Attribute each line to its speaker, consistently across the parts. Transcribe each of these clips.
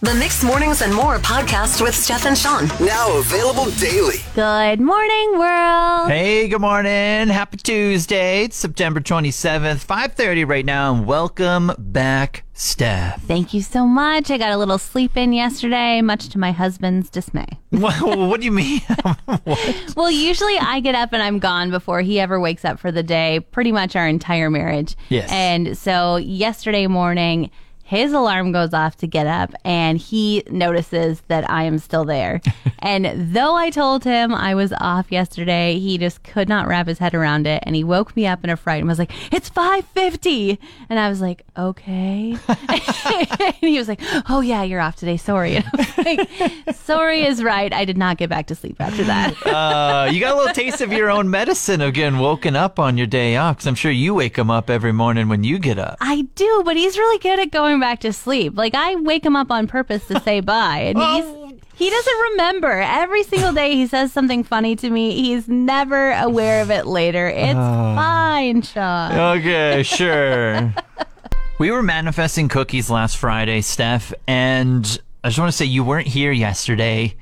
Speaker 1: The Mixed Mornings and More podcast with Steph and Sean.
Speaker 2: Now available daily.
Speaker 3: Good morning, world.
Speaker 4: Hey, good morning. Happy Tuesday. It's September 27th, 5:30 right now, and welcome back, Steph.
Speaker 3: Thank you so much. I got a little sleep in yesterday, much to my husband's dismay.
Speaker 4: what, what do you mean?
Speaker 3: Well, usually I get up and I'm gone before he ever wakes up for the day, pretty much our entire marriage.
Speaker 4: Yes.
Speaker 3: And so yesterday morning, his alarm goes off to get up and he notices that I am still there. and though I told him I was off yesterday, he just could not wrap his head around it and he woke me up in a fright and was like, "It's 5:50." And I was like, "Okay." and he was like, "Oh yeah, you're off today. Sorry." And I was like, "Sorry is right. I did not get back to sleep after that."
Speaker 4: Uh, you got a little taste of your own medicine of getting woken up on your day off, 'cause I'm sure you wake him up every morning when you get up.
Speaker 3: I do, but he's really good at going back to sleep. Like I wake him up on purpose to say bye, and he's he doesn't remember. Every single day he says something funny to me. He's never aware of it later. It's fine, Sean.
Speaker 4: Okay, sure. we were manifesting cookies last Friday, Steph, and I just want to say you weren't here yesterday,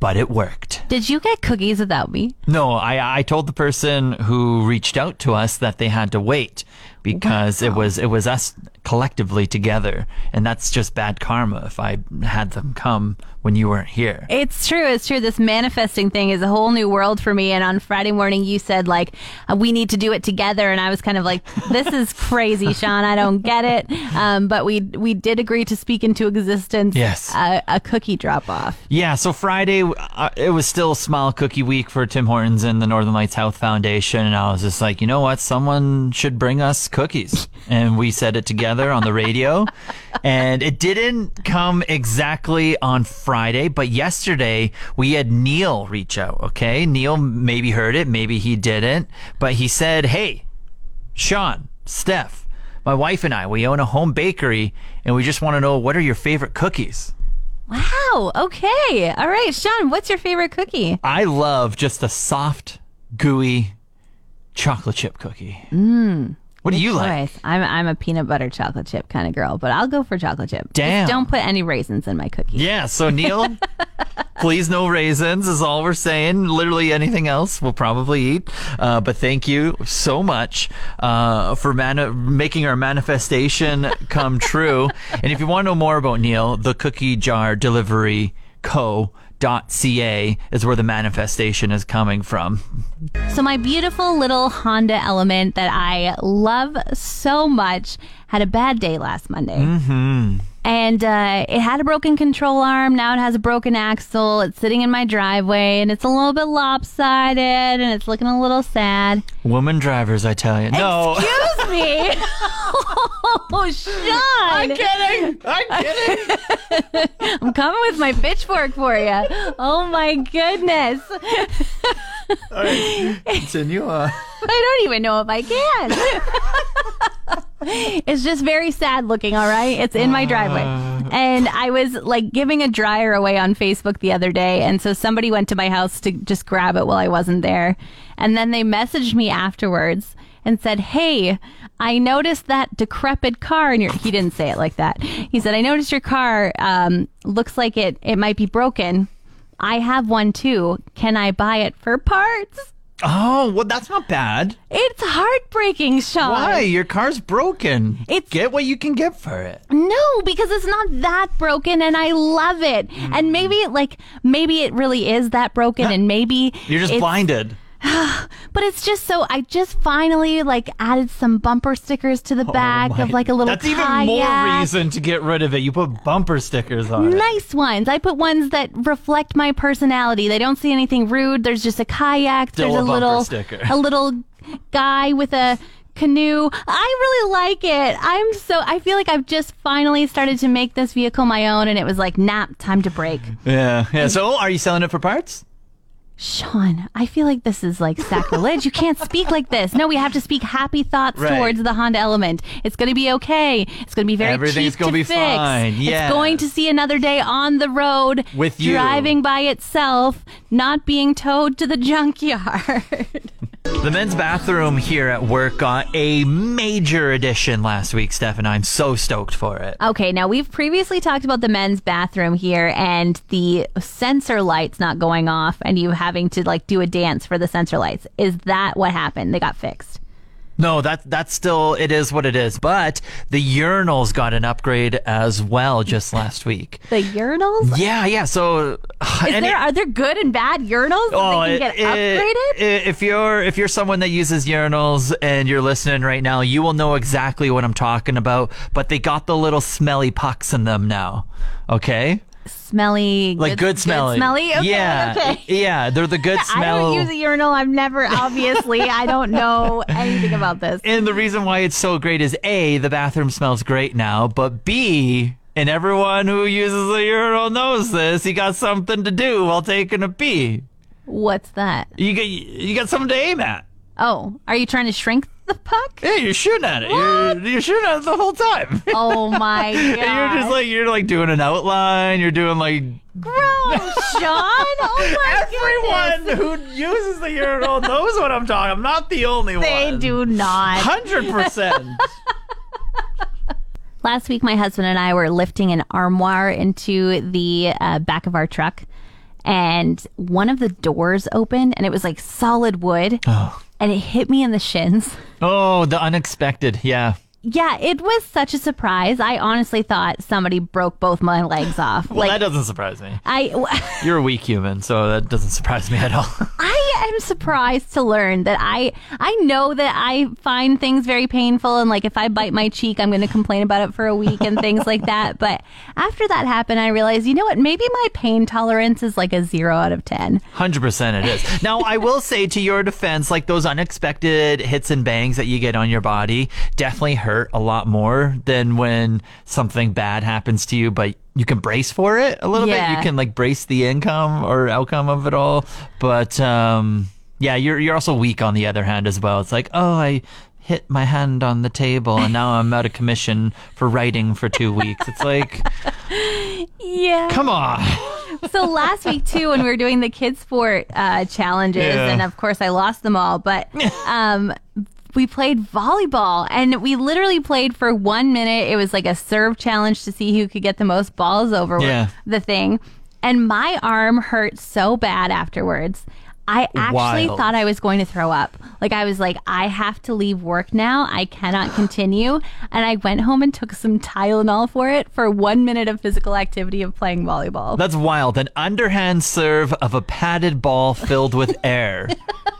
Speaker 4: but it worked.
Speaker 3: Did you get cookies without me?
Speaker 4: No, I I told the person who reached out to us that they had to wait because it was it was us collectively together, and that's just bad karma if I had them come when you weren't here.
Speaker 3: It's true. It's true. This manifesting thing is a whole new world for me. And on Friday morning, you said like uh, we need to do it together, and I was kind of like, "This is crazy, Sean. I don't get it." Um, but we we did agree to speak into existence.
Speaker 4: Yes.
Speaker 3: A, a cookie drop off.
Speaker 4: Yeah, so Friday uh, it was still Smile Cookie Week for Tim Hortons and the Northern Lights Health Foundation, and I was just like, you know what, someone should bring us cookies, and we said it together on the radio, and it didn't come exactly on Friday, but yesterday we had Neil reach out. Okay, Neil maybe heard it, maybe he didn't, but he said, hey, Sean, Steph, my wife and I, we own a home bakery, and we just want to know what are your favorite cookies.
Speaker 3: Wow. Okay. All right, Sean. What's your favorite cookie?
Speaker 4: I love just a soft, gooey chocolate chip cookie. What do you like?
Speaker 3: Choice. I'm I'm a peanut butter chocolate chip kind of girl, but I'll go for chocolate chip. Just
Speaker 4: Damn.
Speaker 3: don't put any raisins in my cookie.
Speaker 4: Yeah, so Neil, please no raisins is all we're saying. Literally anything else we'll probably eat. Uh, but thank you so much uh, for mani- making our manifestation come true. And if you want to know more about Neil, the Cookie Jar Delivery Co. Dot ca is where the manifestation is coming from.
Speaker 3: So my beautiful little Honda Element that I love so much had a bad day last Monday. Mm-hmm. And uh, it had a broken control arm. Now it has a broken axle. It's sitting in my driveway, and it's a little bit lopsided, and it's looking a little sad.
Speaker 4: Woman drivers, I tell you. No.
Speaker 3: Excuse me. oh, Sean. I'm kidding.
Speaker 4: I'm
Speaker 3: kidding. I'm coming with my pitchfork for you. Oh, my goodness.
Speaker 4: Continue on.
Speaker 3: I don't even know if I can. it's just very sad looking, all right? It's in my driveway. And I was like giving a dryer away on Facebook the other day. And so somebody went to my house to just grab it while I wasn't there. And then they messaged me afterwards and said, Hey, I noticed that decrepit car. And he didn't say it like that. He said, I noticed your car um, looks like it, it might be broken. I have one too. Can I buy it for parts?
Speaker 4: Oh, well, that's not bad.
Speaker 3: It's heartbreaking, Sean.
Speaker 4: Why? Your car's broken.
Speaker 3: Um, It's-
Speaker 4: get what you can get for it.
Speaker 3: No, because it's not that broken and I love it.
Speaker 4: Hmm.
Speaker 3: And maybe it like maybe it really is that broken and maybe
Speaker 4: You're just
Speaker 3: it's-
Speaker 4: blinded.
Speaker 3: But it's just so I just finally like added some bumper stickers to the back
Speaker 4: Oh My-
Speaker 3: of like a little
Speaker 4: That's even more
Speaker 3: kayak.
Speaker 4: reason to get rid of it. You put bumper stickers on it.
Speaker 3: Nice ones. I put ones that reflect my personality. They don't see anything rude. There's just a kayak.
Speaker 4: Still
Speaker 3: There's
Speaker 4: a
Speaker 3: a,
Speaker 4: bumper
Speaker 3: little
Speaker 4: sticker.
Speaker 3: a little guy with a canoe. I really like it. I'm so I feel like I've just finally started to make this vehicle my own and it was like, nap, time to break.
Speaker 4: Yeah. Yeah. So, are you selling it for parts?
Speaker 3: Sean, I feel like this is like sacrilege. you can't speak like this. No, we have to speak happy thoughts
Speaker 4: Right.
Speaker 3: towards the Honda Element. It's going to be okay. It's going to be very
Speaker 4: Everything's
Speaker 3: cheap
Speaker 4: gonna
Speaker 3: to
Speaker 4: be
Speaker 3: fix.
Speaker 4: fine. Yes.
Speaker 3: It's going to see another day on the road
Speaker 4: With you.
Speaker 3: driving by itself, not being towed to the junkyard.
Speaker 4: The men's bathroom here at work got a major addition last week, Steph, and I'm so stoked for it.
Speaker 3: Okay, now we've previously talked about the men's bathroom here and the sensor lights not going off and you having to like do a dance for the sensor lights. Is that what happened? They got fixed.
Speaker 4: No, that that's still it is what it is. But the urinals got an upgrade as well just last week.
Speaker 3: The urinals?
Speaker 4: Yeah, yeah. So
Speaker 3: Is there are there good and bad urinals
Speaker 4: Oh,
Speaker 3: that they can get upgraded?
Speaker 4: i- if you're if you're someone that uses urinals and you're listening right now, you will know exactly what I'm talking about. But they got the little smelly pucks in them now. Okay,
Speaker 3: smelly
Speaker 4: like good, smelly,
Speaker 3: smelly? Okay,
Speaker 4: yeah,
Speaker 3: okay.
Speaker 4: yeah. They're the good
Speaker 3: I
Speaker 4: smell.
Speaker 3: don't use a urinal. I've never, obviously, I don't know anything about this.
Speaker 4: and the reason why it's so great is a the bathroom smells great now, but b and everyone who uses a urinal knows this. You got something to do while taking a pee.
Speaker 3: What's that?
Speaker 4: You got you got something to aim at.
Speaker 3: Oh, are you trying to shrink the puck?
Speaker 4: Yeah, you're shooting at it. You're, you're shooting at it the whole time.
Speaker 3: Oh my god!
Speaker 4: And you're just like you're like doing an outline. You're doing like
Speaker 3: gross, Sean. Oh my
Speaker 4: everyone
Speaker 3: goodness.
Speaker 4: who uses the urinal knows what I'm talking. I'm not the only
Speaker 3: They
Speaker 4: one.
Speaker 3: do not.
Speaker 4: Hundred percent.
Speaker 3: Last week, my husband and I were lifting an armoire into the uh, back of our truck, and one of the doors opened, and it was like solid wood, and it hit me in the shins.
Speaker 4: Oh, the unexpected. Yeah.
Speaker 3: Yeah, it was such a surprise. I honestly thought somebody broke both my legs off.
Speaker 4: Well, that
Speaker 3: like
Speaker 4: doesn't surprise me.
Speaker 3: I,
Speaker 4: You're a weak human, so that doesn't surprise me at all.
Speaker 3: I am surprised to learn that I I know that I find things very painful and like if I bite my cheek, I'm going to complain about it for a week and things like that. But after that happened, I realized, you know what? Maybe my pain tolerance is like a zero out of ten.
Speaker 4: Hundred percent, it is. Now, I will say to your defense, like those unexpected hits and bangs that you get on your body definitely hurt a lot more than when something bad happens to you. But you can brace for it a little bit.
Speaker 3: Yeah.
Speaker 4: You can like brace the income or outcome of it all. But um, yeah, you're you're also weak on the other hand as well. It's like, oh, I hit my hand on the table and now I'm out of commission for writing for two weeks. It's like,
Speaker 3: Yeah.
Speaker 4: come on.
Speaker 3: so last week too when we were doing the kids sport uh, challenges
Speaker 4: Yeah.
Speaker 3: and of course i lost them all but um, we played volleyball and we literally played for one minute it was like a serve challenge to see who could get the most balls over
Speaker 4: Yeah.
Speaker 3: the thing and my arm hurt so bad afterwards I actually
Speaker 4: Wild.
Speaker 3: thought I was going to throw up. Like I was like, I have to leave work now. I cannot continue. And I went home and took some Tylenol for it for one minute of physical activity of playing volleyball.
Speaker 4: That's wild. An underhand serve of a padded ball filled with air.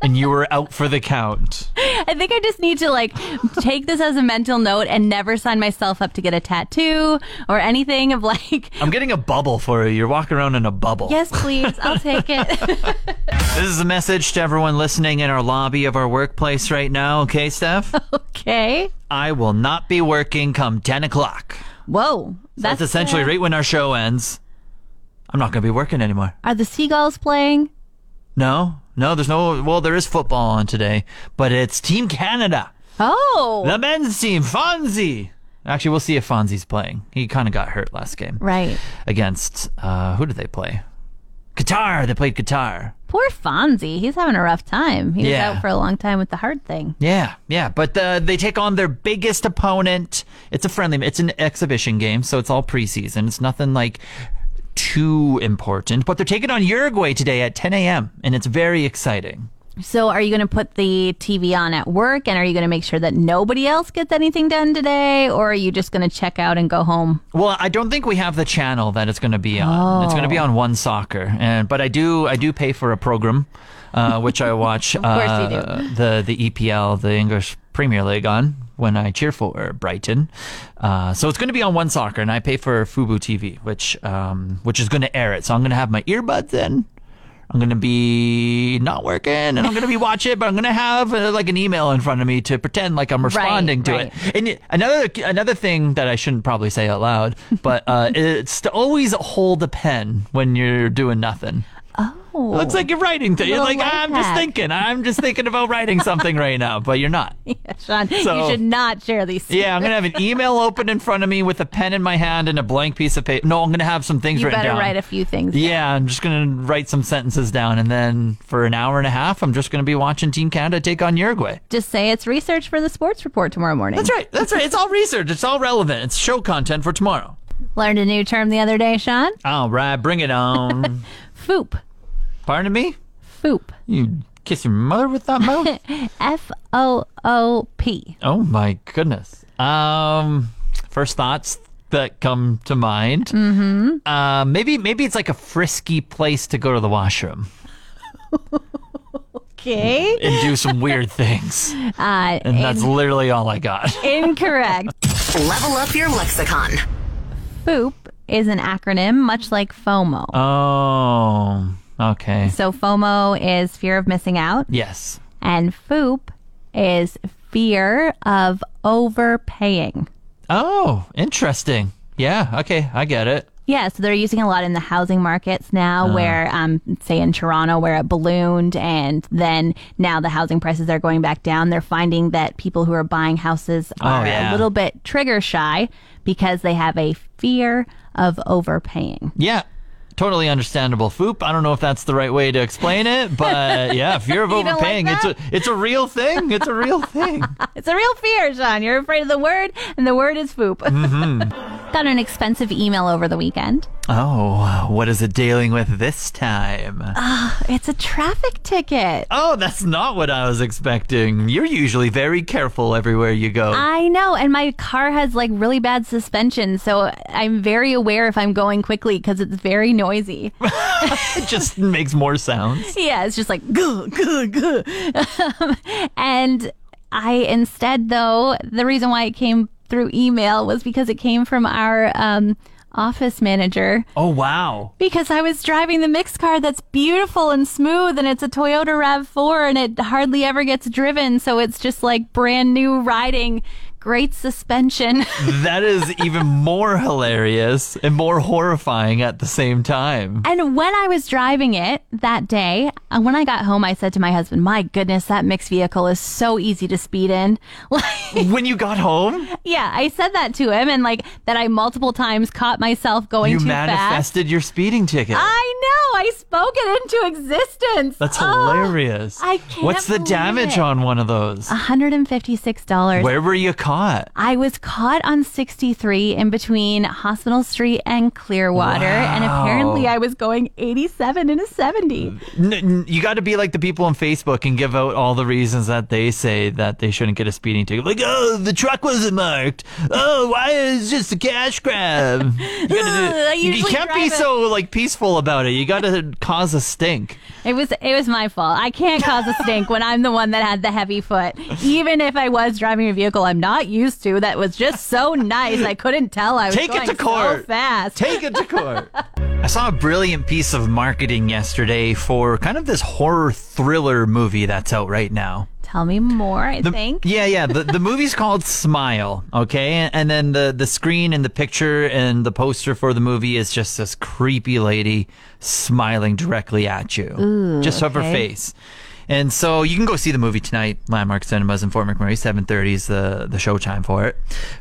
Speaker 4: and you were out for the count.
Speaker 3: I think I just need to like take this as a mental note and never sign myself up to get a tattoo or anything of like,
Speaker 4: I'm getting a bubble for you. You're walking around in a bubble.
Speaker 3: yes, please, I'll take it.
Speaker 4: This is a message to everyone listening in our lobby of our workplace right now, okay, Steph?
Speaker 3: okay.
Speaker 4: I will not be working come 10 o'clock.
Speaker 3: Whoa.
Speaker 4: That's, essentially
Speaker 3: uh,
Speaker 4: right when our show ends. I'm not going to be working anymore.
Speaker 3: Are the seagulls playing?
Speaker 4: No, no, there's no. Well, there is football on today, but it's Team Canada.
Speaker 3: Oh.
Speaker 4: The men's team, Fonzie. Actually, we'll see if Fonzie's playing. He kind of got hurt last game.
Speaker 3: right.
Speaker 4: Against, uh, who did they play? Qatar. They played Qatar.
Speaker 3: Poor Fonzie. He's having a rough time. He
Speaker 4: Yeah.
Speaker 3: was out for a long time with the heart thing.
Speaker 4: Yeah, yeah. But uh, they take on their biggest opponent. It's a friendly, it's an exhibition game, so it's all preseason. It's nothing like too important. But they're taking on Uruguay today at 10 a.m., and it's very exciting.
Speaker 3: So, are you going to put the TV on at work and are you going to make sure that nobody else gets anything done today or are you just going to check out and go home?
Speaker 4: Well, I don't think we have the channel that it's going to be on. It's going to be
Speaker 3: Oh.
Speaker 4: on One Soccer, and but I do I do pay for a program, uh, which I watch
Speaker 3: course
Speaker 4: uh,
Speaker 3: you
Speaker 4: the the EPL, the English Premier League, on when I cheer for Brighton. Uh, so it's going to be on One Soccer, and I pay for Fubo TV, which um, which is going to air it. So I'm going to have my earbuds in. I'm gonna be not working, and I'm gonna be watching it, but I'm gonna have uh, like an email in front of me to pretend like I'm responding to
Speaker 3: right.
Speaker 4: it. And y- another another thing that I shouldn't probably say out loud, but uh, it's to always hold a pen when you're doing nothing.
Speaker 3: Oh.
Speaker 4: It looks like you're writing. Th- you're
Speaker 3: Little
Speaker 4: like,
Speaker 3: life
Speaker 4: I'm just
Speaker 3: hack."
Speaker 4: thinking. I'm just thinking about writing something right now, but you're not.
Speaker 3: Sean, you
Speaker 4: So-
Speaker 3: should not share these.
Speaker 4: Yeah, I'm gonna have an email open in front of me with a pen in my hand and a blank piece of paper. No, I'm gonna have some things
Speaker 3: You
Speaker 4: written
Speaker 3: better
Speaker 4: down.
Speaker 3: write a few things.
Speaker 4: yeah, I'm just gonna write some sentences down, and then for an hour and a half, I'm just gonna be watching Team Canada take on Uruguay.
Speaker 3: Just say it's research for the sports report tomorrow morning.
Speaker 4: That's right. That's right. It's all research. It's all relevant. It's show content for tomorrow.
Speaker 3: Learned a new term the other day, Sean.
Speaker 4: All right, bring it on.
Speaker 3: Foop.
Speaker 4: Pardon me.
Speaker 3: Foop.
Speaker 4: You kiss your mother with that mouth?
Speaker 3: F O O P.
Speaker 4: oh my goodness. Um, first thoughts that come to mind. Mm-hmm. Uh, maybe maybe it's like a frisky place to go to the washroom
Speaker 3: Okay.
Speaker 4: and do some weird things.
Speaker 3: Uh,
Speaker 4: And that's literally all I got.
Speaker 3: incorrect.
Speaker 1: Level up your lexicon.
Speaker 3: Foop is an acronym, much like FOMO.
Speaker 4: Uh. Oh, okay.
Speaker 3: so FOMO is fear of missing out,
Speaker 4: Yes.
Speaker 3: and FOOP is fear of overpaying.
Speaker 4: Oh, interesting. Yeah. Okay, I get it.
Speaker 3: Yeah, so they're using a lot in the housing markets now, where, um, say in Toronto, where it ballooned, and then now the housing prices are going back down. They're finding that people who are buying houses are a
Speaker 4: yeah.
Speaker 3: little bit trigger shy because they have a fear of overpaying.
Speaker 4: Yeah. Totally understandable. Foop. I don't know if that's the right way to explain it, but yeah, fear of
Speaker 3: don't like
Speaker 4: overpaying. it's a
Speaker 3: that?
Speaker 4: it's a real thing. It's a real thing.
Speaker 3: It's a real fear, Sean. You're afraid of the word, and the word is foop. Got an expensive email over the weekend.
Speaker 4: Oh, what is it dealing with this time?
Speaker 3: It's a traffic ticket.
Speaker 4: oh, that's not what I was expecting. You're usually very careful everywhere you go.
Speaker 3: I know, and my car has like really bad suspension, so I'm very aware if I'm going quickly because it's very noisy.
Speaker 4: it just makes more sounds.
Speaker 3: yeah, it's just like good, good, good. and I instead though the reason why it came through email was because it came from our um, office manager
Speaker 4: Oh, wow.
Speaker 3: because I was driving the mixed car that's beautiful and smooth and it's a Toyota RAV4 and it hardly ever gets driven so it's just like brand new riding great suspension
Speaker 4: That is even more hilarious and more horrifying at the same time.
Speaker 3: And when I was driving it that day, uh, when I got home, I said to my husband, My goodness, that mixed vehicle is so easy to speed in. Like,
Speaker 4: When you got home,
Speaker 3: yeah, I said that to him and like that I multiple times caught myself going
Speaker 4: you
Speaker 3: too fast.
Speaker 4: manifested your speeding ticket.
Speaker 3: I know, I spoke it into existence.
Speaker 4: That's
Speaker 3: Oh,
Speaker 4: hilarious.
Speaker 3: I can't
Speaker 4: What's the
Speaker 3: believe
Speaker 4: damage
Speaker 3: it. Ah,
Speaker 4: on one of those?
Speaker 3: $156.
Speaker 4: Where were you caught?
Speaker 3: I was caught on 63 in between Hospital Street and Clearwater, and
Speaker 4: Wow.
Speaker 3: apparently I was going 87 and a 70.
Speaker 4: N- n- you got to be like the people on Facebook and give out all the reasons that they say that they shouldn't get a speeding ticket. Like, oh, the truck wasn't marked. Oh, why is just a cash grab? You,
Speaker 3: Ugh, I
Speaker 4: gotta do, you
Speaker 3: usually
Speaker 4: can't be
Speaker 3: drive a-
Speaker 4: so like peaceful about it. You got to cause a stink.
Speaker 3: It was it was my fault. I can't cause a stink when I'm the one that had the heavy foot. Even if I was driving a vehicle I'm not used to, that was just so nice. I couldn't tell I was
Speaker 4: Take it
Speaker 3: going
Speaker 4: to court.
Speaker 3: so fast.
Speaker 4: Take it to court. I saw a brilliant piece of marketing yesterday for kind of this horror thriller movie that's out right now.
Speaker 3: tell me more. I
Speaker 4: The-
Speaker 3: think
Speaker 4: Yeah, yeah. The, the movie's called Smile, okay? And, and then the, the screen and the picture and the poster for the movie is just this creepy lady smiling directly at you. just off her face. And so you can go see the movie tonight, Landmark Cinemas in Fort McMurray, 7.30 is the, the showtime for it.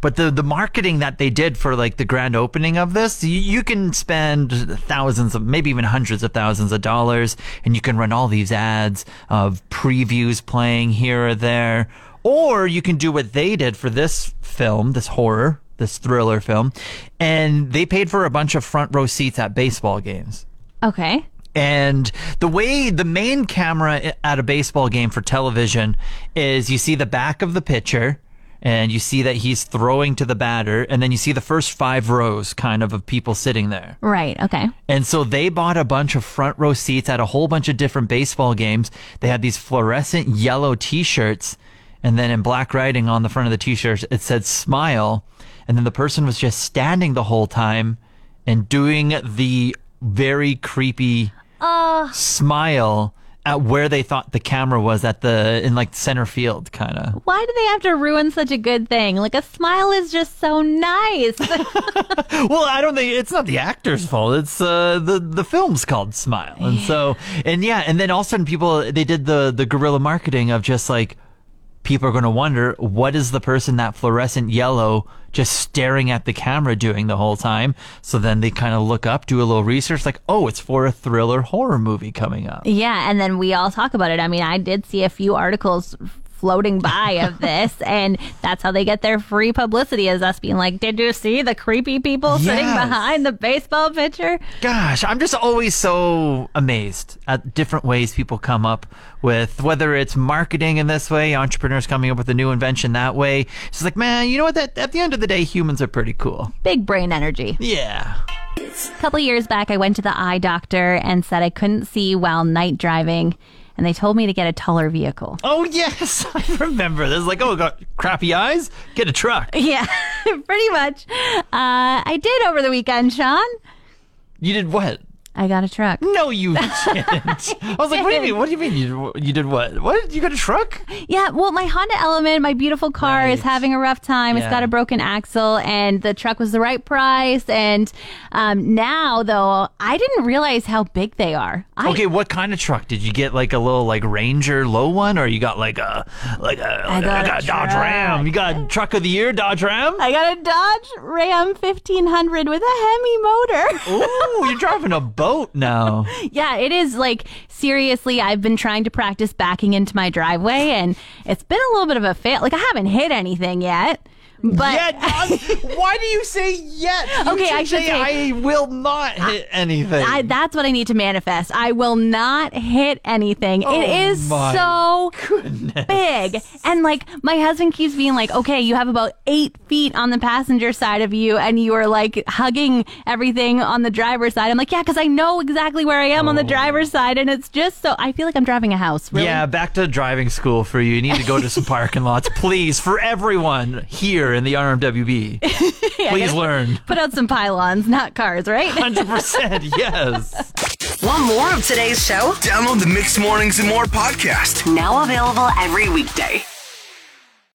Speaker 4: But the, the marketing that they did for like the grand opening of this, you, you can spend thousands of, maybe even hundreds of thousands of dollars, and you can run all these ads of previews playing here or there. Or you can do what they did for this film, this horror, this thriller film, and they paid for a bunch of front row seats at baseball games.
Speaker 3: Okay.
Speaker 4: And the way the main camera i- at a baseball game for television is you see the back of the pitcher and you see that he's throwing to the batter and then you see the first five rows kind of of people sitting there.
Speaker 3: Right, okay.
Speaker 4: And so they bought a bunch of front row seats at a whole bunch of different baseball games. They had these fluorescent yellow t-shirts and then in black writing on the front of the t-shirts it said smile and then the person was just standing the whole time and doing the very creepy
Speaker 3: Uh
Speaker 4: smile at where they thought the camera was at the in like center field kind of.
Speaker 3: Why do they have to ruin such a good thing? Like a smile is just so nice.
Speaker 4: Well, I don't think it's not the actor's fault. It's uh, the the film's called Smile, and so and yeah, and then all of a sudden people they did the the guerrilla marketing of just like people are going to wonder what is the person that fluorescent yellow just staring at the camera doing the whole time. So then they kind of look up, do a little research, like oh, it's for a thriller horror movie coming up.
Speaker 3: Yeah, and then we all talk about it. I mean, I did see a few articles floating by of this, and that's how they get their free publicity is us being like, Did you see the creepy people sitting
Speaker 4: Yes.
Speaker 3: behind the baseball pitcher?
Speaker 4: Gosh, I'm just always so amazed at different ways people come up with whether it's marketing in this way, entrepreneurs coming up with a new invention that way. It's just like, man, you know what? That at the end of the day, humans are pretty cool.
Speaker 3: Big brain energy.
Speaker 4: Yeah.
Speaker 3: A couple years back, I went to the eye doctor and said I couldn't see while night driving, and they told me to get a taller vehicle.
Speaker 4: Oh yes, I remember this. Like, oh, got crappy eyes? Get a truck.
Speaker 3: Yeah, pretty much. Uh, I did over the weekend, Sean.
Speaker 4: You did what?
Speaker 3: I got a truck.
Speaker 4: No, you didn't. I was like, what do you mean? What do you mean? You, you did what? What? You got a truck?
Speaker 3: Yeah, well, my Honda Element, my beautiful car, is
Speaker 4: Right.
Speaker 3: having a rough time. It's
Speaker 4: Yeah.
Speaker 3: got a broken axle, and the truck was the right price. And um, now, though, I didn't realize how big they are. I,
Speaker 4: Okay, what kind of truck did you get? Like a little like Ranger low one, or you got like a like a, like
Speaker 3: got
Speaker 4: a,
Speaker 3: a
Speaker 4: Dodge
Speaker 3: truck.
Speaker 4: Ram? You got truck of the year Dodge Ram?
Speaker 3: I got a Dodge Ram 1500 with a Hemi motor.
Speaker 4: Ooh, you're driving a boat now.
Speaker 3: Yeah, it is like seriously, I've been trying to practice backing into my driveway and it's been a little bit of a fail. Like I haven't hit anything yet. But
Speaker 4: Yet, I'm- why do you say yet? You
Speaker 3: Okay, I should say-
Speaker 4: I will not hit anything.
Speaker 3: I, that's what I need to manifest. I will not hit anything. it is
Speaker 4: Oh my
Speaker 3: so big. And like my husband keeps being like, okay, you have about eight feet on the passenger side of you and you are like hugging everything on the driver's side. I'm like, yeah, because I know exactly where I am on the driver's side. And it's just so, I feel like I'm driving a house. Really.
Speaker 4: Oh. Yeah, back to driving school for you. You need to go to some parking lots, please, for everyone here in the RMWB. Please learn.
Speaker 3: Put out some pylons, not cars, right?
Speaker 4: 100%, yes.
Speaker 1: Want more of today's show?
Speaker 2: Download the Mixed Mornings and More podcast.
Speaker 1: Now available every weekday.